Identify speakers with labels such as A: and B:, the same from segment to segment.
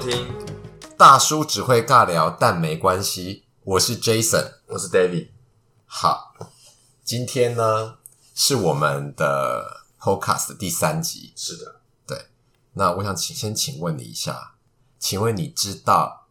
A: 听，
B: 大叔只会尬聊，但没关系。我是 Jason，
A: 我是 David。
B: 好，今天呢是我们的 Podcast 的第三集。
A: 是的，
B: 那我想请先请问你一下，请问你知道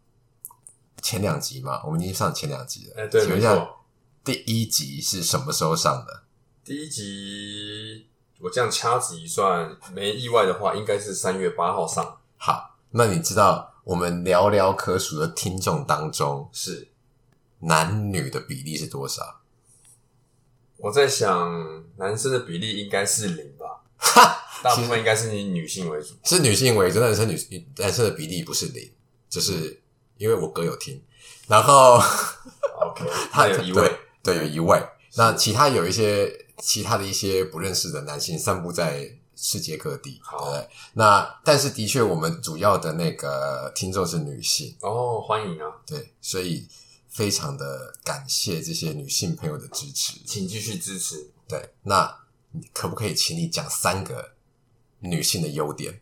B: 前两集吗？我们已经上前两集了。
A: 哎、对，
B: 请问
A: 没
B: 一下，
A: 错。
B: 第一集是什么时候上的？
A: 第一集我这样掐指一算，没意外的话，应该是三月八号上。
B: 好，那你知道我们寥寥可数的听众当中，
A: 是，
B: 男女的比例是多少？
A: 我在想，男生的比例应该是零吧，大部分应该是以女性为主。
B: 是女性为主，男生女男生的比例不是零，就是因为我哥有听，然后
A: OK，
B: 他
A: 还有一
B: 对
A: 位，
B: 对有一位，那
A: 是
B: 其他有一些其他的一些不认识的男性散布在世界各地。
A: 好
B: 对，那但是的确，我们主要的那个听众是女性，
A: 哦，欢迎啊，
B: 对，所以非常的感谢这些女性朋友的支持。
A: 请继续支持。
B: 对，那你可不可以请你讲三个女性的优点？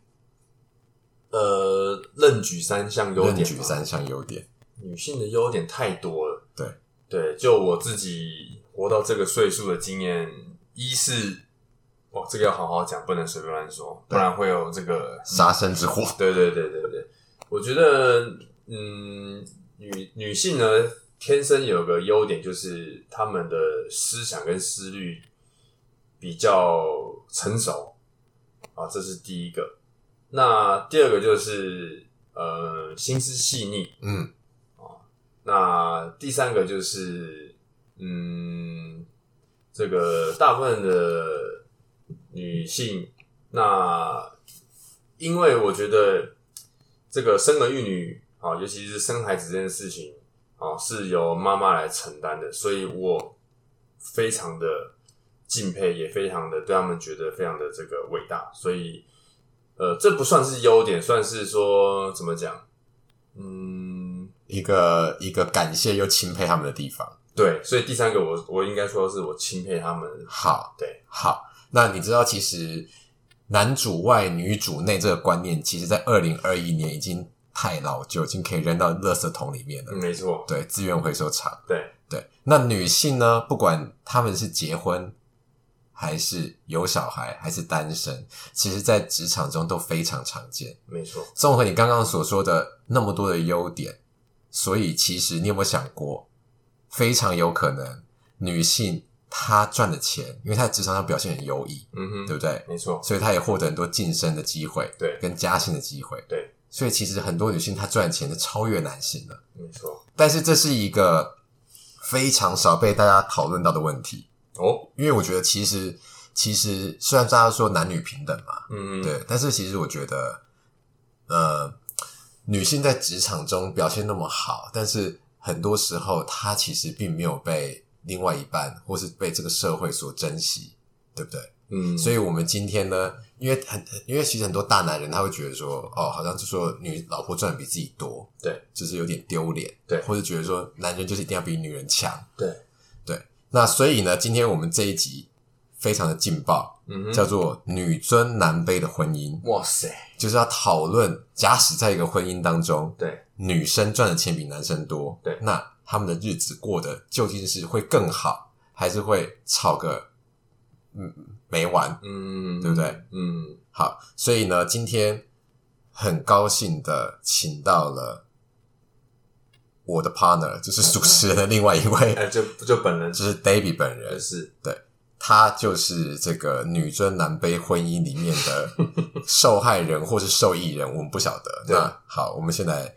A: 呃，任举三项优点吧，
B: 论举三项优点，
A: 女性的优点太多了。
B: 对
A: 对，就我自己活到这个岁数的经验，一是哇，这个要好好讲，不能随便乱说，不
B: 对
A: 然会有这个。
B: 杀身之祸。
A: 对对对对对，我觉得嗯，女女性呢，天生有个优点就是她们的思想跟思虑比较成熟啊，这是第一个。那第二个就是呃，心思细腻，
B: 嗯，
A: 那第三个就是，嗯，这个大部分的女性，那因为我觉得这个生儿育女啊，尤其是生孩子这件事情啊，是由妈妈来承担的，所以我非常的敬佩，也非常的对他们觉得非常的这个伟大，所以呃，这不算是优点，算是说怎么讲，嗯。
B: 一个一个感谢又钦佩他们的地方。
A: 对，所以第三个我我应该说是我钦佩他们。
B: 好，
A: 对，
B: 好。那你知道，其实男主外女主内这个观念，其实在二零二一年已经太老旧，已经可以扔到垃圾桶里面了。
A: 嗯，没错，
B: 对，资源回收厂。
A: 对，
B: 对，那女性呢，不管她们是结婚，还是有小孩，还是单身，其实在职场中都非常常见。
A: 没错，
B: 综合你刚刚所说的那么多的优点，所以其实你有没有想过，非常有可能女性她赚的钱，因为她在职场上表现很优异，
A: 嗯
B: 对
A: 哼，
B: 不对？
A: 没错，
B: 所以她也获得很多晋升的机会，
A: 对
B: 跟加薪的机会，
A: 对。
B: 所以其实很多女性她赚的钱是超越男性的。
A: 没错。
B: 但是这是一个非常少被大家讨论到的问题，
A: 哦，
B: 因为我觉得其实其实虽然大家说男女平等嘛，
A: 嗯，，
B: 对，但是其实我觉得，呃，女性在职场中表现那么好，但是很多时候她其实并没有被另外一半或是被这个社会所珍惜，对不对？
A: 嗯，
B: 所
A: 以
B: 以我们今天呢，因为很因为其实很多大男人他会觉得说，哦，好像就说女老婆赚的比自己多，
A: 对，
B: 就是有点丢脸，
A: 对
B: 或者觉得说男人就是一定要比女人强，
A: 对
B: 对。那所以呢，今天我们这一集非常的劲爆，
A: 嗯哼，
B: 叫做“女尊男卑的婚姻
A: 哇塞，”，
B: 就是要讨论，假使在一个婚姻当中，
A: 对，
B: 女生赚的钱比男生多，
A: 对
B: 那他们的日子过得究竟是会更好，还是会吵个嗯没完？
A: 嗯，
B: 对不对？
A: 嗯，
B: 好，所以呢，今天很高兴的请到了我的 partner，就是主持人的另外 一位，
A: 哎，就就本人
B: 就是 David 本人，
A: 是
B: 他就是这个女尊男卑婚姻里面 的受害人或是受益人，我们不晓得。
A: 对
B: 那好，我们现在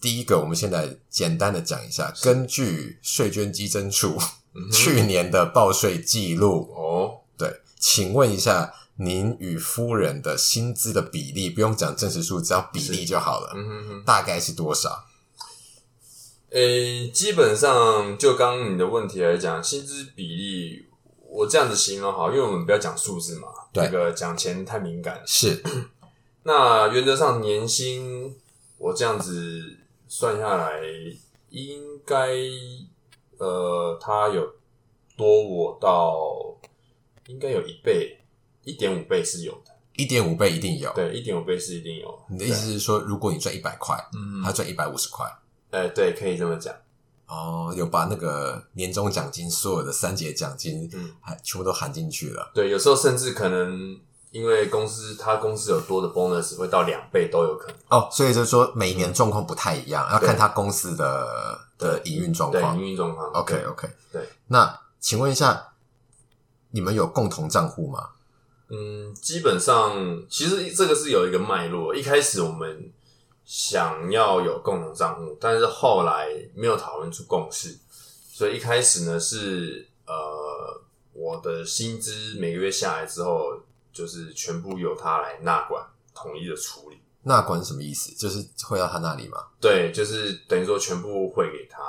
B: 第一个，我们现在简单的讲一下，根据税捐稽征处
A: 嗯哼
B: 去年的报税记录，
A: 哦，
B: 对，请问一下，您与夫人的薪资的比例，不用讲正实数，只要比例就好了，
A: 嗯哼哼，
B: 大概是多少？
A: 诶，基本上就刚刚你的问题来讲，薪资比例，我这样子形容好，因为我们不要讲数字嘛，
B: 对
A: 这个讲钱太敏感了。
B: 是
A: 那原则上年薪，我这样子算下来，应该呃，他有多我到应该有一倍，一点五倍是有的。
B: 一点五倍一定有。
A: 对，一点五倍是一定有。
B: 你的意思是说，如果你赚一百块，
A: 嗯，
B: 他赚一百五十块，
A: 呃，对，可以这么讲。
B: 哦，有把那个年终奖金所有的三节奖金，
A: 嗯
B: 还全部都含进去了。
A: 对，有时候甚至可能因为公司他公司有多的 bonus 会到两倍都有可能。
B: 哦，所以就是说每年状况不太一样，要
A: 对
B: 看他公司的的营运状
A: 对，
B: 况
A: 营。运状况。
B: OK
A: 对
B: OK，
A: 对。
B: 那请问一下，你们有共同账户吗？
A: 嗯，基本上其实这个是有一个脉络。一开始我们想要有共同账户，但是后来没有讨论出共识，所以一开始呢是呃我的薪资每个月下来之后，就是全部由他来纳管，统一的处理。
B: 纳管是什么意思？就是会到他那里吗？
A: 对，就是等于说全部汇给他，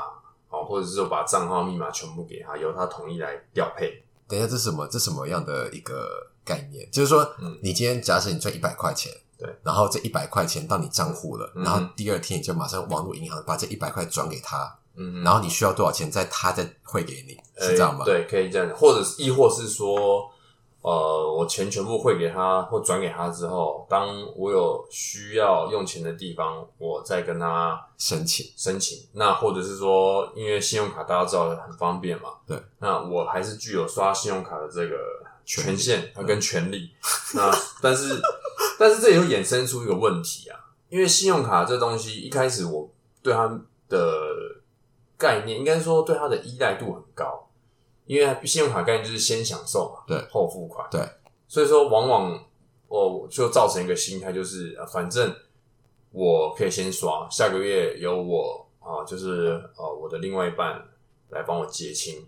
A: 哦，或者是说把账号密码全部给他，由他统一来调配。
B: 等一下，这是什么？这是什么样的一个概念？就是说，
A: 嗯
B: 你今天假设你赚一百块钱，
A: 对，
B: 然后这一百块钱到你账户了，
A: 嗯
B: 然后第二天你就马上网络银行把这一百块转给他，
A: 嗯，
B: 然后你需要多少钱，再他再汇给你，是这样吗？
A: 呃对，可以这样，或者是亦或是说，呃，我钱全部汇给他或转给他之后，当我有需要用钱的地方，我再跟他
B: 申请。
A: 申请。那或者是说，因为信用卡大家知道很方便嘛，
B: 对，
A: 那我还是具有刷信用卡的这个
B: 权
A: 权
B: 利
A: 限呃跟权利。那但是但是这也会衍生出一个问题啊，因为信用卡这东西一开始我对它的概念，应该说对它的依赖度很高，因为信用卡概念就是先享受嘛，
B: 对，
A: 后付款，
B: 对，
A: 所以说往往我就造成一个心态，就是、呃反正我可以先刷，下个月由我啊、就是呃我的另外一半来帮我结清，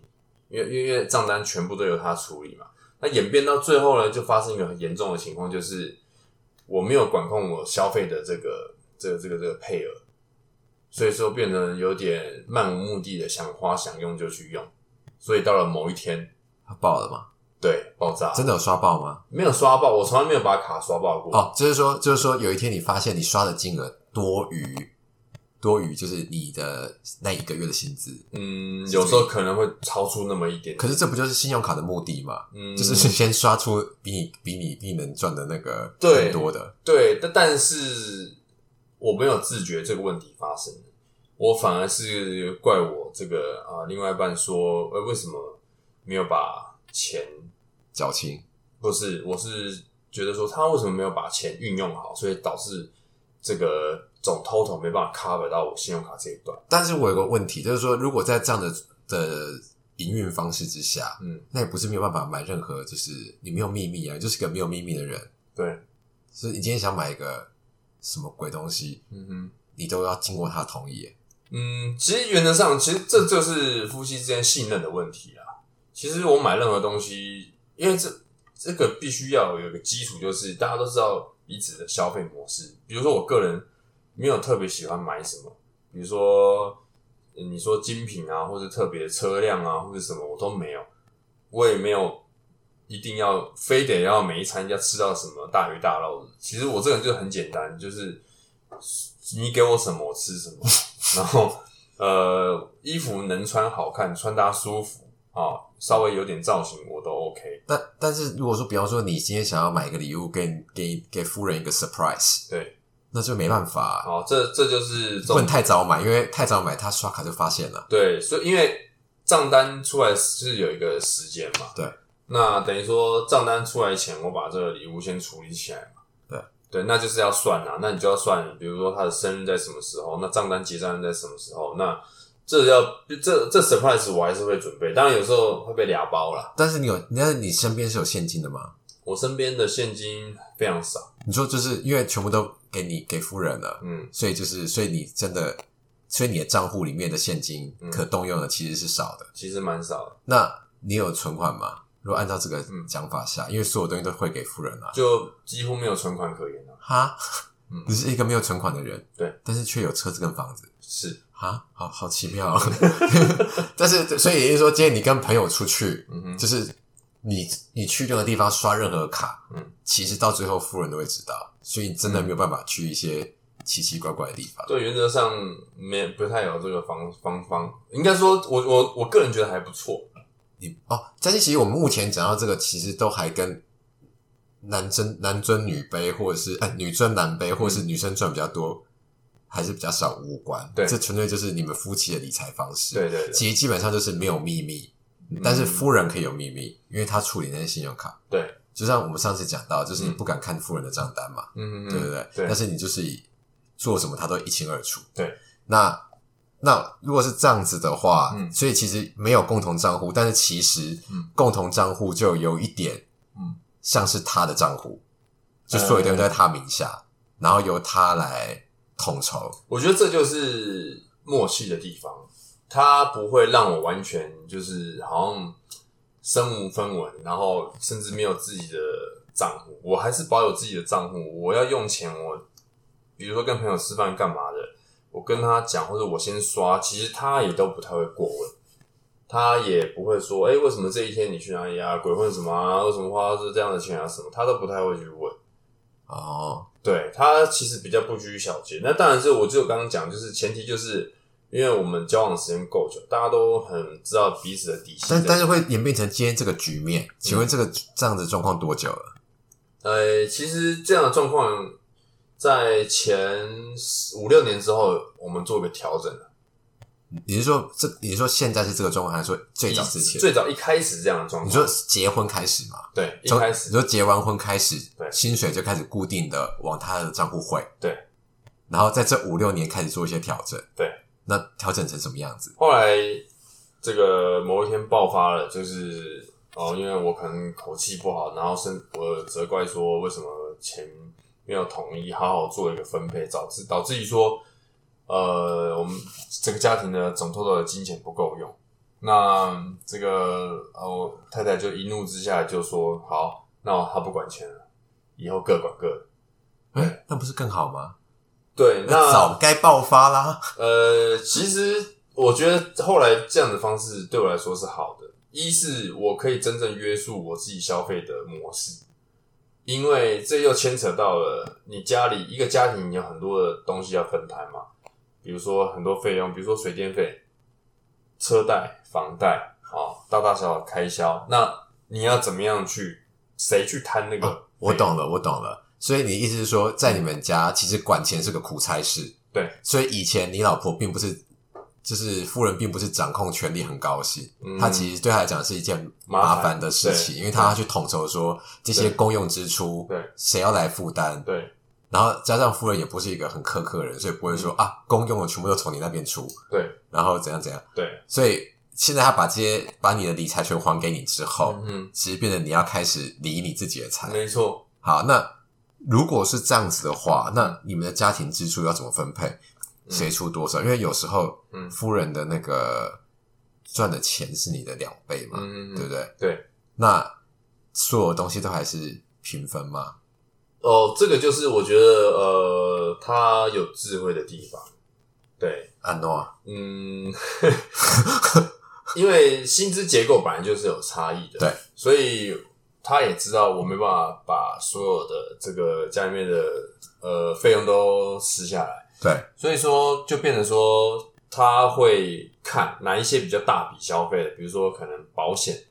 A: 因为因为因为账单全部都由他处理嘛。那演变到最后呢，就发生一个很严重的情况，就是我没有管控我消费的这个这个这个这个配额，所以说变成有点漫无目的的想花想用就去用，所以到了某一天，
B: 他爆了吗？
A: 对爆炸，
B: 真的有刷爆吗？
A: 没有刷爆，我从来没有把卡刷爆过。
B: 哦，就是说，就是说，有一天你发现你刷的金额多余，多余就是你的那一个月的薪资，
A: 嗯，有时候可能会超出那么一点点，
B: 可是这不就是信用卡的目的吗？
A: 嗯，
B: 就是先刷出比你比你比你能赚的那个
A: 对
B: 更多的，
A: 对，但但是我没有自觉这个问题发生，我反而是怪我这个啊、另外一半说，呃，为什么没有把钱？
B: 矫情。
A: 不是，我是觉得说他为什么没有把钱运用好，所以导致这个总 total 没办法 cover 到我信用卡这一段。
B: 但是我有个问题，就是说，如果在这样的的营运方式之下，
A: 嗯，
B: 那也不是没有办法买任何，就是你没有秘密啊，你就是个没有秘密的人。
A: 对，
B: 所以你今天想买一个什么鬼东西，
A: 嗯哼。
B: 你都要经过他的同意耶。
A: 嗯，其实原则上，其实这就是夫妻之间信任的问题啦。其实我买任何东西，因为这这个必须要有一个基础，就是大家都知道彼此的消费模式。比如说，我个人没有特别喜欢买什么，比如说呃你说精品啊，或者特别的车辆啊，或者什么，我都没有。我也没有一定要非得要每一餐要吃到什么大鱼大肉的。其实我这个人就很简单，就是你给我什么我吃什么。然后呃，衣服能穿好看，穿搭舒服啊、稍微有点造型我都 OK。
B: 但但是如果说，比方说你今天想要买一个礼物给给给夫人一个 surprise，
A: 对，哦
B: 那就没办法、
A: 好，这这就是
B: 不
A: 重
B: 能太早买，因为太早买他刷卡就发现了。
A: 对，所以因为账单出来是有一个时间嘛，
B: 对，
A: 那等于说账单出来前，我把这个礼物先处理起来嘛，
B: 对
A: 对，那就是要算啦、那你就要算，比如说他的生日在什么时候，那账单结账日在什么时候，那这要这这 surprise 我还是会准备，当然有时候会被俩包啦。
B: 但是你有，那你身边是有现金的吗？
A: 我身边的现金非常少，
B: 你说就是因为全部都给你给夫人了，
A: 嗯，
B: 所以就是所以你真的，所以你的账户里面的现金
A: 嗯
B: 可动用的其实是少的。
A: 其实蛮少的，
B: 那你有存款吗？如果按照这个
A: 嗯
B: 讲法下，因为所有东西都会给夫人啊，
A: 就几乎没有存款可言啊了、
B: 哈
A: 嗯，
B: 你是一个没有存款的人，
A: 对，
B: 但是却有车子跟房子。
A: 是，
B: 啊，好好奇妙、哦。 但是，所以也就是说，今天你跟朋友出去，
A: 嗯哼，
B: 就是你你去任何地方刷任何卡，
A: 嗯，
B: 其实到最后夫人都会知道，所以真的没有办法去一些奇奇怪怪的地方。
A: 对，原则上没不太有这个方方方，应该说我我我个人觉得还不错，
B: 你哦，但是其实我们目前讲到这个，其实都还跟男尊男尊女卑，或者是哎女尊男卑，或者是女生赚比较多，还是比较少无关。
A: 嗯对
B: 这纯粹就是你们夫妻的理财方式。
A: 对对对
B: 其实基本上就是没有秘密，
A: 嗯
B: 但是夫人可以有秘密，因为她处理那些信用卡。
A: 对，
B: 就像我们上次讲到，就是你
A: 嗯
B: 不敢看夫人的账单嘛，
A: 嗯嗯嗯
B: 对不对？但是你就是以做什么，他都一清二楚。
A: 对，
B: 那那如果是这样子的话，
A: 嗯
B: 所以其实没有共同账户，但是其实
A: 嗯
B: 共同账户就有一点，
A: 嗯，
B: 像是他的账户，就所有东西都在他名下，然后由他来统筹。
A: 我觉得这就是默契的地方，它不会让我完全就是好像身无分文，然后甚至没有自己的账户，我还是保有自己的账户。我要用钱，我比如说跟朋友吃饭干嘛的，我跟他讲或者我先刷，其实他也都不太会过问。他也不会说，哎、为什么这一天你去哪里啊？鬼混什么啊？为什么花这这样的钱啊？什么？他都不太会去问。
B: 哦，
A: 对他其实比较不拘小节。那当然是我就刚刚讲，就是前提就是因为我们交往时间够久，大家都很知道彼此的嗯底线
B: 但
A: 在。
B: 但是会演变成今天这个局面。请问这个这样子状况多久了？
A: 呃，其实这样的状况在前五六年之后，我们做个调整。
B: 你是说这？你是说现在是这个状况，还是说最早之前？
A: 最早一开始这样的状
B: 你
A: 况，
B: 说结婚开始吗？
A: 对，一
B: 从
A: 开始
B: 你说结完婚开始，
A: 对
B: 薪水就开始固定的往他的账户汇，
A: 对，
B: 然后在这五六年开始做一些调整，
A: 对，
B: 那调整成什么样子？
A: 后来这个某一天爆发了，就是哦，因为我可能口气不好，然后甚我责怪说为什么钱没有统一好好做一个分配，导致导致于说，呃，我们整个家庭的总 total 的金钱不够用。那这个呃，我太太就一怒之下就说：“好，那她不管钱了，以后各管各的。
B: 哎、那不是更好吗？”
A: 对，那
B: 早该爆发啦。
A: 呃，其实我觉得后来这样的方式对我来说是好的。一是我可以真正约束我自己消费的模式，因为这又牵扯到了你家里一个家庭有很多的东西要分摊嘛，比如说很多费用，比如说水电费、车贷、房贷，哦，大大小小的开销，那你要怎么样去谁去摊那个费用、
B: 哦我懂了，我懂了。所以你意思是说，在你们家其实管钱是个苦差事，
A: 对。
B: 所以以前你老婆并不是，就是夫人并不是掌控权力很高兴，
A: 嗯
B: 她其实对她来讲是一件
A: 麻
B: 麻
A: 烦
B: 烦的事情，因为她要去统筹说这些
A: 对
B: 公用支出，
A: 对
B: 谁要来负担，
A: 对
B: 然后加上夫人也不是一个很苛刻的人，所以不会
A: 嗯
B: 说、啊，公用的全部都从你那边出，
A: 对
B: 然后怎样怎样。
A: 对，
B: 所以现在他把这些把你的理财权还给你之后，
A: 嗯
B: 其实变成你要开始理你自己的财
A: 哼，。没错，
B: 好，那如果是这样子的话，那你们的家庭支出要怎么分配？
A: 嗯
B: 谁出多少？因为有时候
A: 嗯
B: 夫人的那个赚的钱是你的两倍嘛，
A: 嗯嗯嗯
B: 对不对？
A: 对。
B: 那所有东西都还是平分吗？
A: 哦，这个就是我觉得呃，他有智慧的地方。对，
B: 安诺啊，
A: 嗯， 因为薪资结构本来就是有差异的，
B: 对，
A: 所以他也知道我没办法把所有的这个家里面的呃费用都吃下来，
B: 对，
A: 所以说就变成说他会看哪一些比较大笔消费的，比如说可能保险，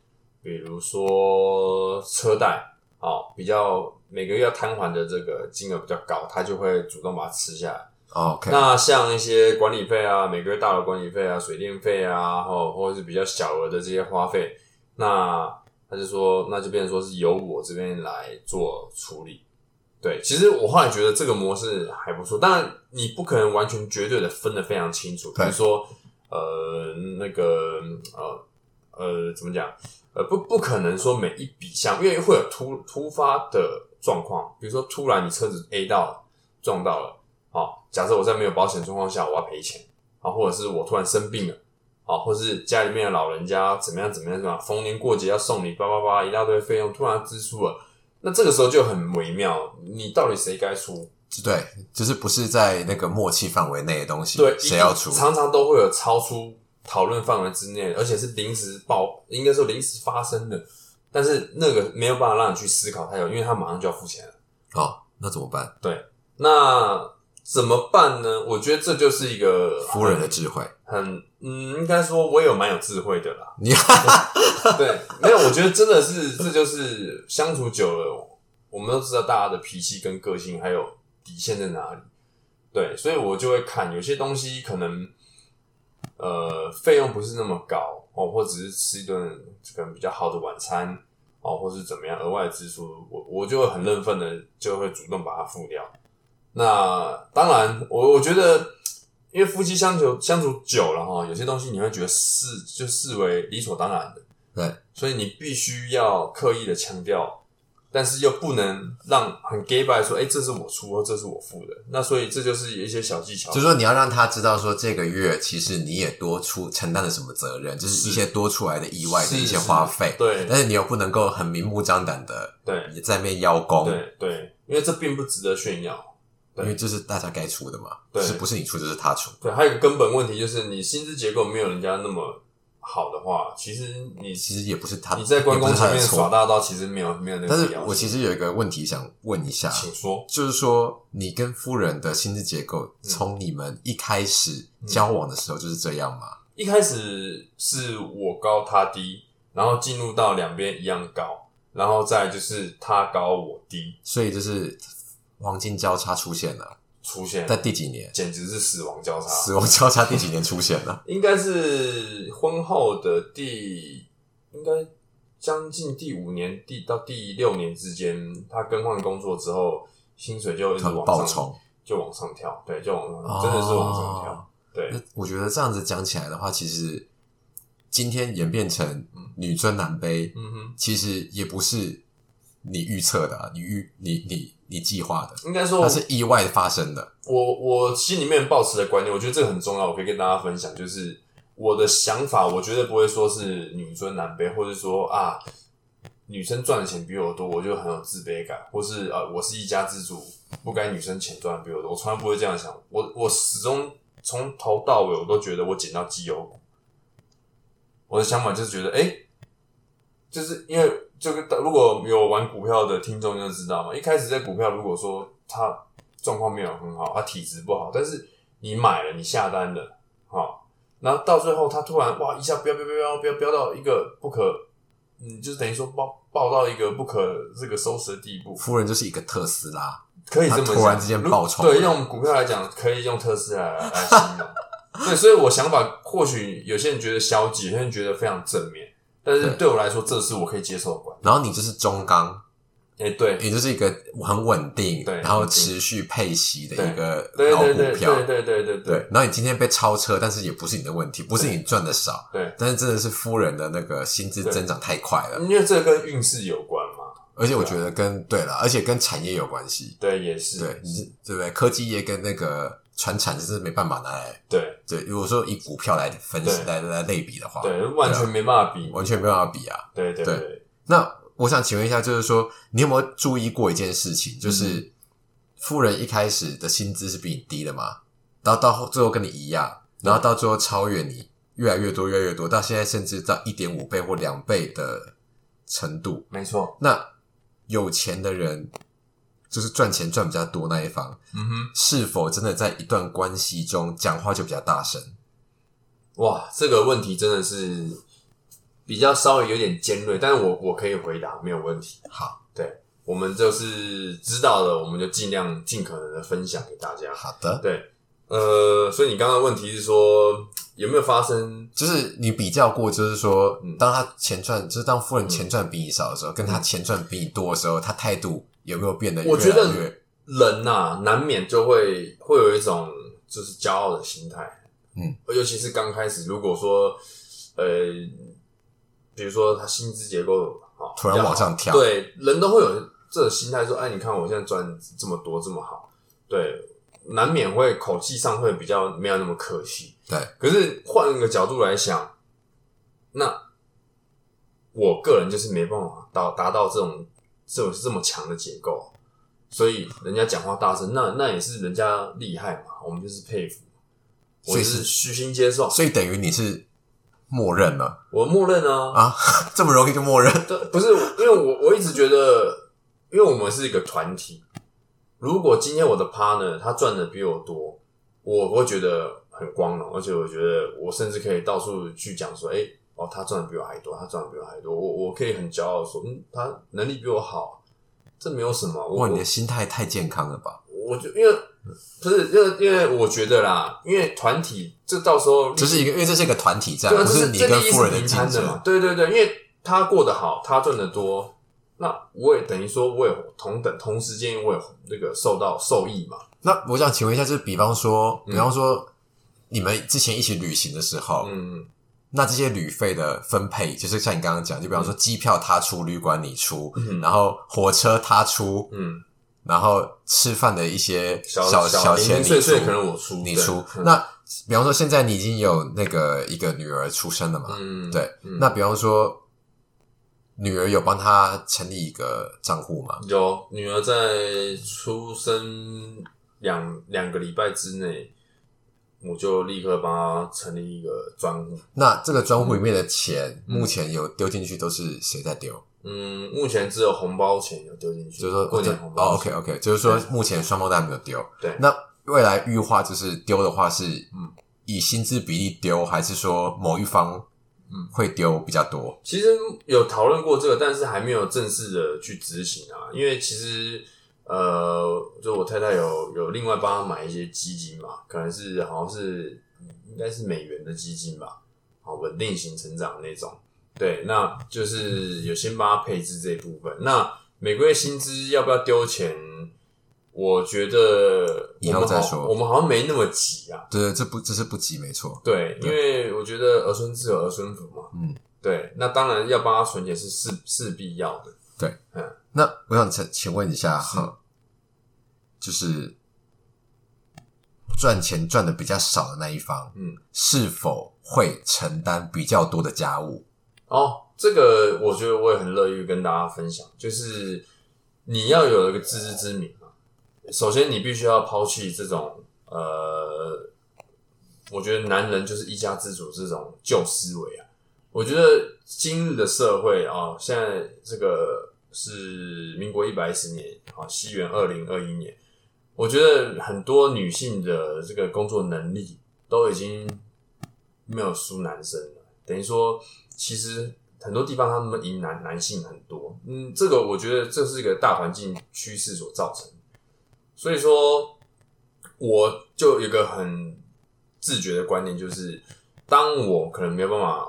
A: 比如说车贷，哦，比较每个月要摊还的这个金额比较高，他就会主动把它吃下来。
B: 哦 OK，
A: 那像一些管理费啊，每个月大楼管理费啊、水电费啊，或或者是比较小额的这些花费，那他就说，那就变成说是由我这边来做处理。对，其实我后来觉得这个模式还不错，当然你不可能完全绝对的分得非常清楚，比
B: 对
A: 如说呃那个呃呃怎么讲，呃不不可能说每一笔项目，因为会有突突发的状况，比如说突然你车子 A 到了撞到了，好、啊假设我在没有保险状况下我要赔钱，啊，或者是我突然生病了。啊，或是家里面的老人家怎么样怎么样怎么样，逢年过节要送礼，叭叭叭一大堆费用突然支出了，那这个时候就很微妙，你到底谁该出？
B: 对，就是不是在那个默契范围内的东西，
A: 对，
B: 谁要出？
A: 常常都会有超出讨论范围之内的，而且是临时爆，应该说临时发生的，但是那个没有办法让你去思考太久，因为他马上就要付钱了。
B: 哦，那怎么办？
A: 那怎么办呢？我觉得这就是一个
B: 夫人的智慧，
A: 很嗯，应该说我也有蛮有智慧的啦。
B: 你
A: 对，没有，我觉得真的是，这就是相处久了，我我们都知道大家的脾气跟个性还有底线在哪里。对，所以我就会看有些东西可能呃费用不是那么高哦，或只是吃一顿可能比较好的晚餐哦，或是怎么样额外的支出，我我就会很认份的就会主动把它付掉。那当然，我我觉得，因为夫妻相处相处久了哈，有些东西你会觉得视就视为理所当然的，
B: 对，
A: 所以你必须要刻意的强调，但是又不能让很 gay 白说，哎、这是我出，或这是我付的。那所以这就是一些小技巧
B: 就是，说你要让他知道说这个月其实你也多出承担了什么责任，就是一些多出来的意外的
A: 是
B: 一些花费，
A: 对
B: 但是你又不能够很明目张胆的
A: 对
B: 也在那边邀功，
A: 对对，因为这并不值得炫耀。对
B: 因为这是大家该出的嘛，
A: 对
B: 是不是你出就是他出，
A: 对，还有一个根本问题就是，你薪资结构没有人家那么好的话，其实你
B: 其实也不是他，
A: 你在关公
B: 也不是他
A: 前
B: 的
A: 面耍
B: 错。
A: 大刀，其实没有没有那个
B: 但
A: 必
B: 是
A: 要
B: 我其
A: 性
B: 实有一个问题想问一下，
A: 请说。
B: 就是说你跟夫人的薪资结构，
A: 嗯
B: 从你们一开始交往的时候就是这样吗？
A: 一开始是我高他低，然后进入到两边一样高，然后再就是他高我低
B: 所以就是黄金交叉出现了，
A: 出现，
B: 在第几年？
A: 简直是死亡交叉。
B: 死亡交叉第几年出现了？
A: 应该是婚后的第，应该将近第五年、第到第六年之间，他更换工作之后，薪水 就一直
B: 很
A: 往
B: 爆
A: 上，
B: 冲，
A: 就往上跳，对，就往上，
B: 哦
A: 真的是往上跳，对
B: 那我觉得这样子讲起来的话，其实今天演变成女尊男卑，
A: 嗯哼。
B: 其实也不是你预测的啊、你预你你你计划的，
A: 应该说，
B: 它是意外发生的。
A: 我我心里面抱持的观念，我觉得这个很重要，我可以跟大家分享，就是我的想法，我绝对不会说是女尊男卑，或者说啊，女生赚的钱比我多，我就很有自卑感，或是啊，我是一家之主，不该女生钱赚的比我多，我从来不会这样想，我我始终从头到尾我都觉得我捡到机油股，我的想法就是觉得，哎、就是因为这个，如果有玩股票的听众就知道嘛，一开始在股票如果说它状况没有很好，它体质不好，但是你买了，你下单了，好、然后到最后它突然哇一下飙飙飙飙飙飙到一个不可，嗯，就是等于说爆爆到一个不可这个收拾的地步，
B: 夫人就是一个特斯拉，
A: 可以这么
B: 它
A: 讲，
B: 突然之间爆冲
A: 如对，用股票来讲，可以用特斯拉来来形容。对，所以我想法或许有些人觉得消极，有些人觉得非常正面，但是
B: 对
A: 对我来说，这是我可以接受的观
B: 然后你就是中钢，
A: 点。哎、对，
B: 也就是一个很稳定，
A: 对
B: 然后持续配息的一个
A: 对
B: 老
A: 对
B: 股
A: 对
B: 票。
A: 对对对对
B: 对，然后你今天被超车，但是也不是你的问题，不是你赚的少，
A: 对，
B: 但是真的是夫人的那个薪资增长太快了，
A: 因为这跟运势有关嘛。
B: 而且我觉得跟对了，而且跟产业有关系，
A: 对，也是
B: 对，你是对不对？科技业跟那个传产是没办法拿来，
A: 对
B: 对，如果说以股票来分析
A: 对
B: 来来类比的话，
A: 对，完全没办法比。
B: 完全没办法比啊。
A: 对对
B: 对
A: 对，
B: 那我想请问一下，就是说你有没有注意过一件事情，就是富人一开始的薪资是比你低的嘛，然后到后最后跟你一样，然后到最后超越你越来越多越来越多，到现在甚至到一点五倍或两倍的程度。
A: 没错。
B: 那有钱的人就是赚钱赚比较多那一方，
A: 嗯哼，
B: 是否真的在一段关系中讲话就比较大声？
A: 哇，这个问题真的是比较稍微有点尖锐，但是我我可以回答，没有问题。
B: 好，
A: 对，我们就是知道的，我们就尽量尽可能的分享给大家。
B: 好的，
A: 对，呃，所以你刚刚的问题是说有没有发生？
B: 就是你比较过，就是说
A: 嗯，
B: 当他钱赚，就是当富人钱赚比你少的时候，跟他钱赚比你多的时候，他态度有没有变得越
A: 我觉
B: 来
A: 得
B: 越？
A: 人呐、难免就会会有一种就是骄傲的心态，
B: 嗯，
A: 尤其是刚开始，如果说呃，比如说他薪资结构好，
B: 突然往上跳
A: 对，人都会有这种心态，说，哎，你看我现在赚这么多，这么好，对，难免会口气上会比较没有那么客气，
B: 对，
A: 可是换一个角度来想，那我个人就是没办法到达到这种这种这么强的结构，所以人家讲话大声，那那也是人家厉害嘛，我们就是佩服，我
B: 所以
A: 就是是虚心接受，
B: 所以等于你是默认了
A: 我默认啊，
B: 啊，这么容易就默认？
A: 对，不是因为我我一直觉得，因为我们是一个团体，如果今天我的 partner 他赚的比我多，我会觉得很光荣，而且我觉得我甚至可以到处去讲说，哎、哦，他赚的比我还多，他赚的比我还多，我我可以很骄傲地说，嗯，他能力比我好，这没有什么。我
B: 哇，你的心态太健康了吧？
A: 我就因为不是因为因为我觉得啦，因为团体这到时候
B: 这是一个，因为这是一个团体战，
A: 对啊，
B: 不
A: 这
B: 你
A: 这
B: 跟
A: 利益
B: 富
A: 是
B: 人的
A: 平
B: 竞
A: 摊的
B: 争
A: 嘛。。对对对，因为他过得好，他赚得多，那我也等于说我也同等同时间我也那个受到受益嘛。
B: 那我想请问一下，就是比方说，
A: 嗯
B: 比方说你们之前一起旅行的时候，
A: 嗯，
B: 那这些旅费的分配，就是像你刚刚讲，就比方说机票他出，旅馆你出，
A: 嗯
B: 然后火车他出，
A: 嗯，
B: 然后吃饭的一些
A: 小
B: 小
A: 零
B: 钱
A: 零
B: 你
A: 碎碎
B: 出，
A: 可能我出
B: 你
A: 对
B: 出。
A: 嗯
B: 那比方说，现在你已经有那个一个女儿出生了嘛？
A: 嗯
B: 对，
A: 嗯
B: 那比方说，女儿有帮他成立一个账户吗？
A: 有女儿在出生两两个礼拜之内，我就立刻帮她成立一个专户。
B: 那这个专户里面的钱，
A: 嗯
B: 目前有丢进去都是谁在丢？
A: 嗯，目前只有红包钱有丢进去，
B: 就是说
A: 过年红
B: 哦
A: 包
B: ，OK
A: 钱。
B: OK，就是说目前双方都还没有丢。
A: 对
B: 那未来预化就是丢的话是，
A: 嗯
B: 以薪资比例丢，还是说某一方
A: 嗯
B: 会丢比较多？
A: 其实有讨论过这个，但是还没有正式的去执行啊。因为其实呃，就我太太有有另外帮她买一些基金嘛，可能是好像是嗯应该是美元的基金吧，啊，稳定型成长那种。对，那就是有先帮她配置这一部分。那每个月薪资要不要丢钱？我觉得
B: 以后再说
A: 我们好我们好像没那么急啊。
B: 对，这不这是不急，没错。
A: 对，因为我觉得儿孙自有儿孙福嘛。
B: 嗯，
A: 对，那当然要帮他存钱是势势必要的。
B: 那我想请请问一下
A: 是
B: 哈，就是赚钱赚的比较少的那一方，
A: 嗯，
B: 是否会承担比较多的家务？
A: 哦，这个我觉得我也很乐于跟大家分享，就是你要有一个自知之明嘛。首先，你必须要抛弃这种呃，我觉得男人就是一家之主这种旧思维啊。我觉得今日的社会啊、现在这个是民国一百一十年啊、西元二零二一年，我觉得很多女性的这个工作能力都已经没有输男生了。等于说，其实很多地方他们赢男男性很多。嗯，这个我觉得这是一个大环境趋势所造成的。所以说，我就有一个很自觉的观念，就是当我可能没有办法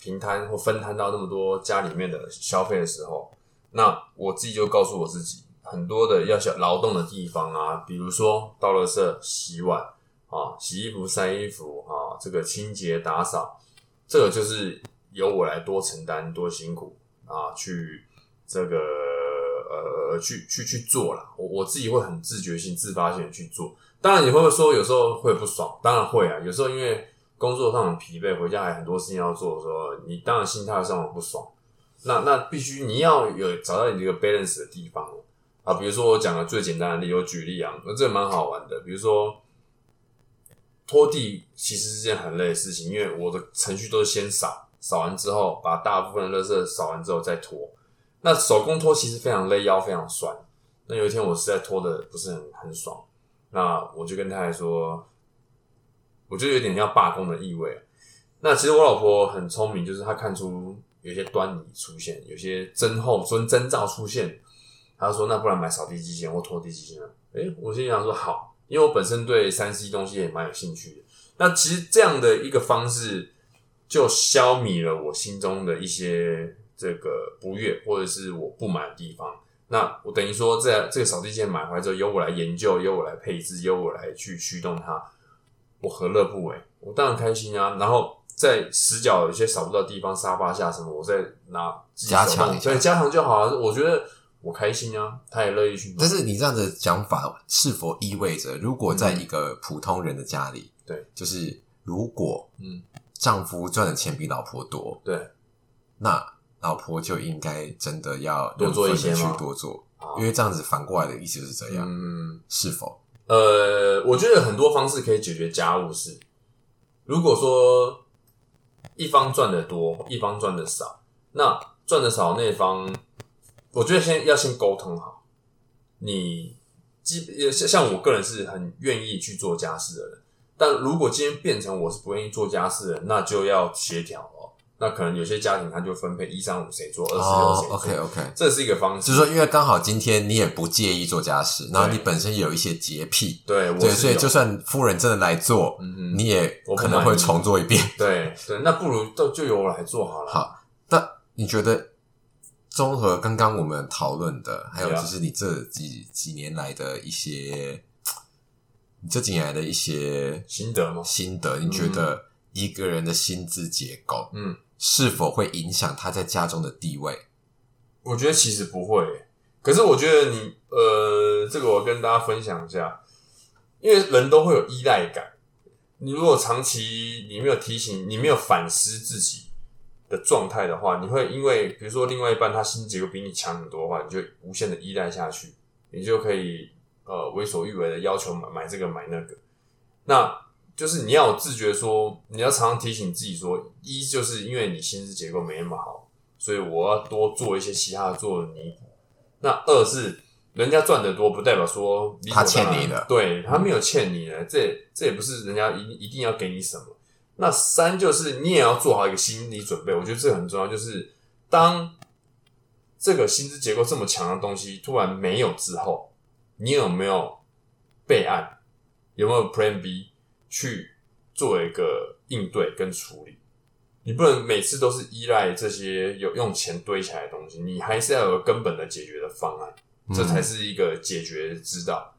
A: 平摊或分摊到那么多家里面的消费的时候，那我自己就告诉我自己，很多的要想劳动的地方啊，比如说到了这洗碗啊、洗衣服、晒衣服啊，这个清洁打扫，这个就是由我来多承担、多辛苦啊，去这个呃去去去做啦。我我自己会很自觉性、自发性的去做。当然，你会不会说有时候会不爽？当然会啊，有时候因为工作上很疲惫，回家还很多事情要做的时候，你当然心态上很不爽。那那必须你要有找到你这个 balance 的地方啊，比如说我讲个最简单的例子，我举例啊，那这个蛮好玩的，比如说拖地其实是件很累的事情，因为我的程序都是先扫，扫完之后把大部分的垃圾扫完之后再拖。那手工拖其实非常累腰，非常酸。那有一天我实在拖的不是很很爽，那我就跟太太说，我就有点要罢工的意味。啊那其实我老婆很聪明，就是她看出有些端倪出现，有些征候、征征兆出现，她说那不然买扫地机器人或拖地机器人。诶、我心里想说好，因为我本身对三 C 东西也蛮有兴趣的。那其实这样的一个方式，就消弭了我心中的一些这个不悦，或者是我不满的地方。那我等于说这，这个扫地机器人买回来之后，由我来研究，由我来配置，由我来去驱动它，我何乐不为？我当然开心啊！然后在死角有一些扫不到的地方，沙发下什么，我再拿自己手
B: 加
A: 动
B: 强一下
A: 对，加强就好啊了。我觉得我开心啊，他也乐意去买。
B: 但是你这样的讲法是否意味着，如果在一个普通人的家里，
A: 嗯对，
B: 就是如果
A: 嗯，
B: 丈夫赚的钱比老婆多，
A: 对，
B: 那老婆就应该真的要
A: 多做一些
B: 认份地
A: 吗
B: 去多做，
A: 好
B: 因为这样子反过来的意思就是这样，
A: 嗯。
B: 是否？
A: 呃，我觉得有很多方式可以解决家务事。如果说一方赚的多，一方赚的少，那赚的少那方，我觉得先要先沟通好。你基呃像像我个人是很愿意去做家事的人，但如果今天变成我是不愿意做家事的人，那就要协调哦。那可能有些家庭他就分配一三五谁做，二四六
B: 哦
A: 谁做
B: ，OK OK，
A: 这是一个方式。
B: 就是说，因为刚好今天你也不介意做家事，然后
A: 对
B: 你本身也有一些洁癖，
A: 对，我
B: 对，
A: 是
B: 所以
A: 有
B: 就算夫人真的来做，
A: 嗯哼
B: 你也
A: 我不
B: 可能会
A: 满意
B: 重做一遍。
A: 对对，那不如都就由我来做好了。
B: 好那你觉得，综合刚刚我们讨论的，还有
A: 对啊
B: 就是你这几几年来的一些，你这几年来的一些
A: 心得吗？
B: 心得，你觉得一个人的薪资结构，
A: 嗯，
B: 是否会影响他在家中的地位？
A: 我觉得其实不会，可是我觉得你呃，这个我跟大家分享一下，因为人都会有依赖感。你如果长期你没有提醒，你没有反思自己的状态的话，你会因为比如说另外一半他心结构比你强很多的话，你就无限的依赖下去，你就可以呃为所欲为的要求买买这个买那个。那就是你要有自觉说，你要常常提醒自己说，一就是因为你薪资结构没那么好，所以我要多做一些其他的做弥补。那二是人家赚得多，不代表说理所
B: 他欠
A: 当然
B: 你的嗯
A: 对他没有欠你的，这这也不是人家一一定要给你什么。那三就是你也要做好一个心理准备，我觉得这很重要，就是当这个薪资结构这么强的东西突然没有之后，你有没有备案？有没有 Plan B 去做一个应对跟处理？你不能每次都是依赖这些有用钱堆起来的东西，你还是要有个根本的解决的方案，这才
B: 是
A: 是一个解决之道。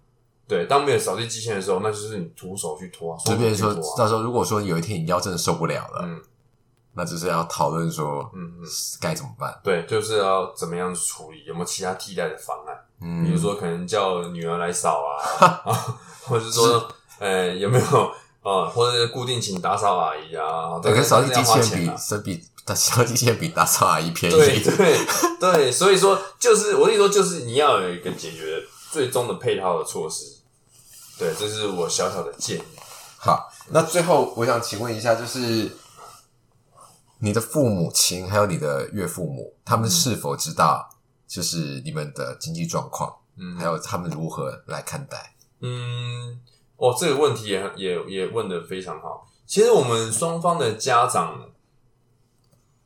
A: 对，当没有扫地机器人的时候，那就是你徒手去拖啊，
B: 就变成
A: 双手去
B: 说
A: 拖，啊
B: 到时候如果说有一天你腰真的受不了了，
A: 嗯
B: 那就是要讨论说
A: 嗯嗯，
B: 该怎么办。
A: 对，就是要怎么样处理，有没有其他替代的方案？
B: 嗯，
A: 比如说可能叫女儿来扫 啊，或者是说呃有没有呃，或者是固定请打扫阿姨啊，
B: 对，
A: 这个
B: 跟扫地机器
A: 这个要花钱啊
B: 人比，是比打扫地机器人比打扫阿姨便
A: 对
B: 宜。
A: 对对，所以说就是我跟你说，就是你要有一个解决最终的配套的措施。对，这是我小小的建议。
B: 好，那最后我想请问一下，就是你的父母亲还有你的岳父母，他
A: 嗯
B: 们是否知道就是你们的经济状况，
A: 嗯，
B: 还有他们如何来看待？
A: 嗯，哦，这个问题也也也问的非常好。其实我们双方的家长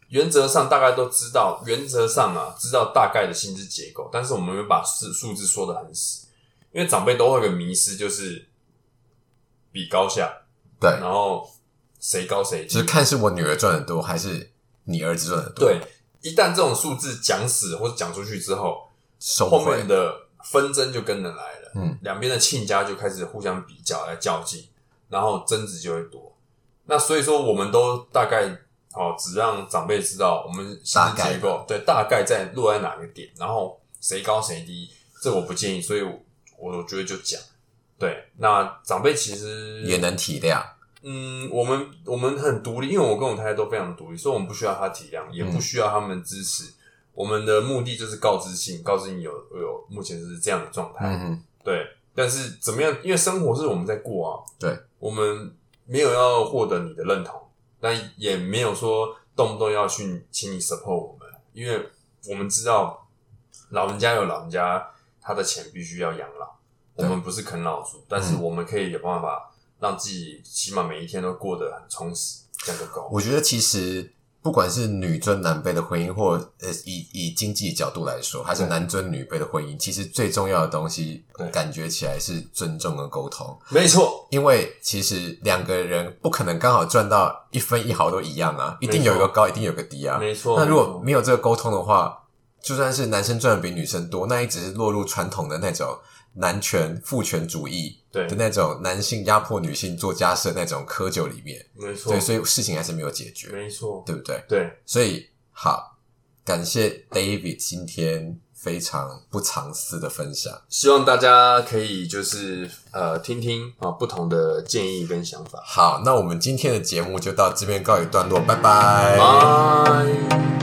A: 原则上大概都知道，原则上啊知道大概的薪资结构，但是我们没有把数数字说的很死，因为长辈都会有个迷失，就是比高下，
B: 对，
A: 然后谁高谁低
B: 就是。看是我女儿赚的多，还是你儿子赚的多？
A: 对，，一旦这种数字讲死或者讲出去之后，
B: 收
A: 后
B: 回
A: 面的纷争就跟着来了。
B: 嗯，
A: 两边的亲家就开始互相比较来较劲，然后争执就会多。那所以说，我们都大概哦，只让长辈知道我们薪
B: 大
A: 资
B: 概
A: 结构对大概在落在哪个点，然后谁高谁低，这我不建议，所以我我觉得就讲。对，那长辈其实
B: 也能体谅。
A: 嗯，我们我们很独立，因为我跟我太太都非常独立，所以我们不需要他体谅，也不需要他们支持。我们的目的就是告知性，告知你有有目前是这样的状态，
B: 嗯哼，
A: 对。但是怎么样？因为生活是我们在过啊，
B: 对，
A: 我们没有要获得你的认同，但也没有说动不动要去请你 support 我们，因为我们知道老人家有老人家他的钱必须要养老，我
B: 对
A: 们不是啃老族，但是我们可以有办法让自己起码每一天都过得很充实，这样就够。
B: 我觉得其实。不管是女尊男卑的婚姻，或呃以以经济角度来说，还是
A: 对
B: 男尊女卑的婚姻，其实最重要的东西
A: 对，
B: 感觉起来是尊重跟沟通。
A: 没错，
B: 因为其实两个人不可能刚好赚到一分一毫都一样啊，一
A: 没错
B: 定有一个高，一定有一个低啊。
A: 没错。
B: 那
A: 没
B: 如果
A: 错
B: 没有这个沟通的话，就算是男生赚的比女生多，那也只是落入传统的那种男权父权主义
A: 对
B: 的，那种男性压迫女性做家事的那种窠臼里面。
A: 没错
B: 对，，所以事情还是没有解决，
A: 没错，
B: 对不对？
A: 对，
B: 所以好，感谢 David 今天非常不藏私的分享。
A: 希望大家可以就是呃听听啊不同的建议跟想法。
B: 好，那我们今天的节目就到这边告一段落，拜拜。
A: Bye.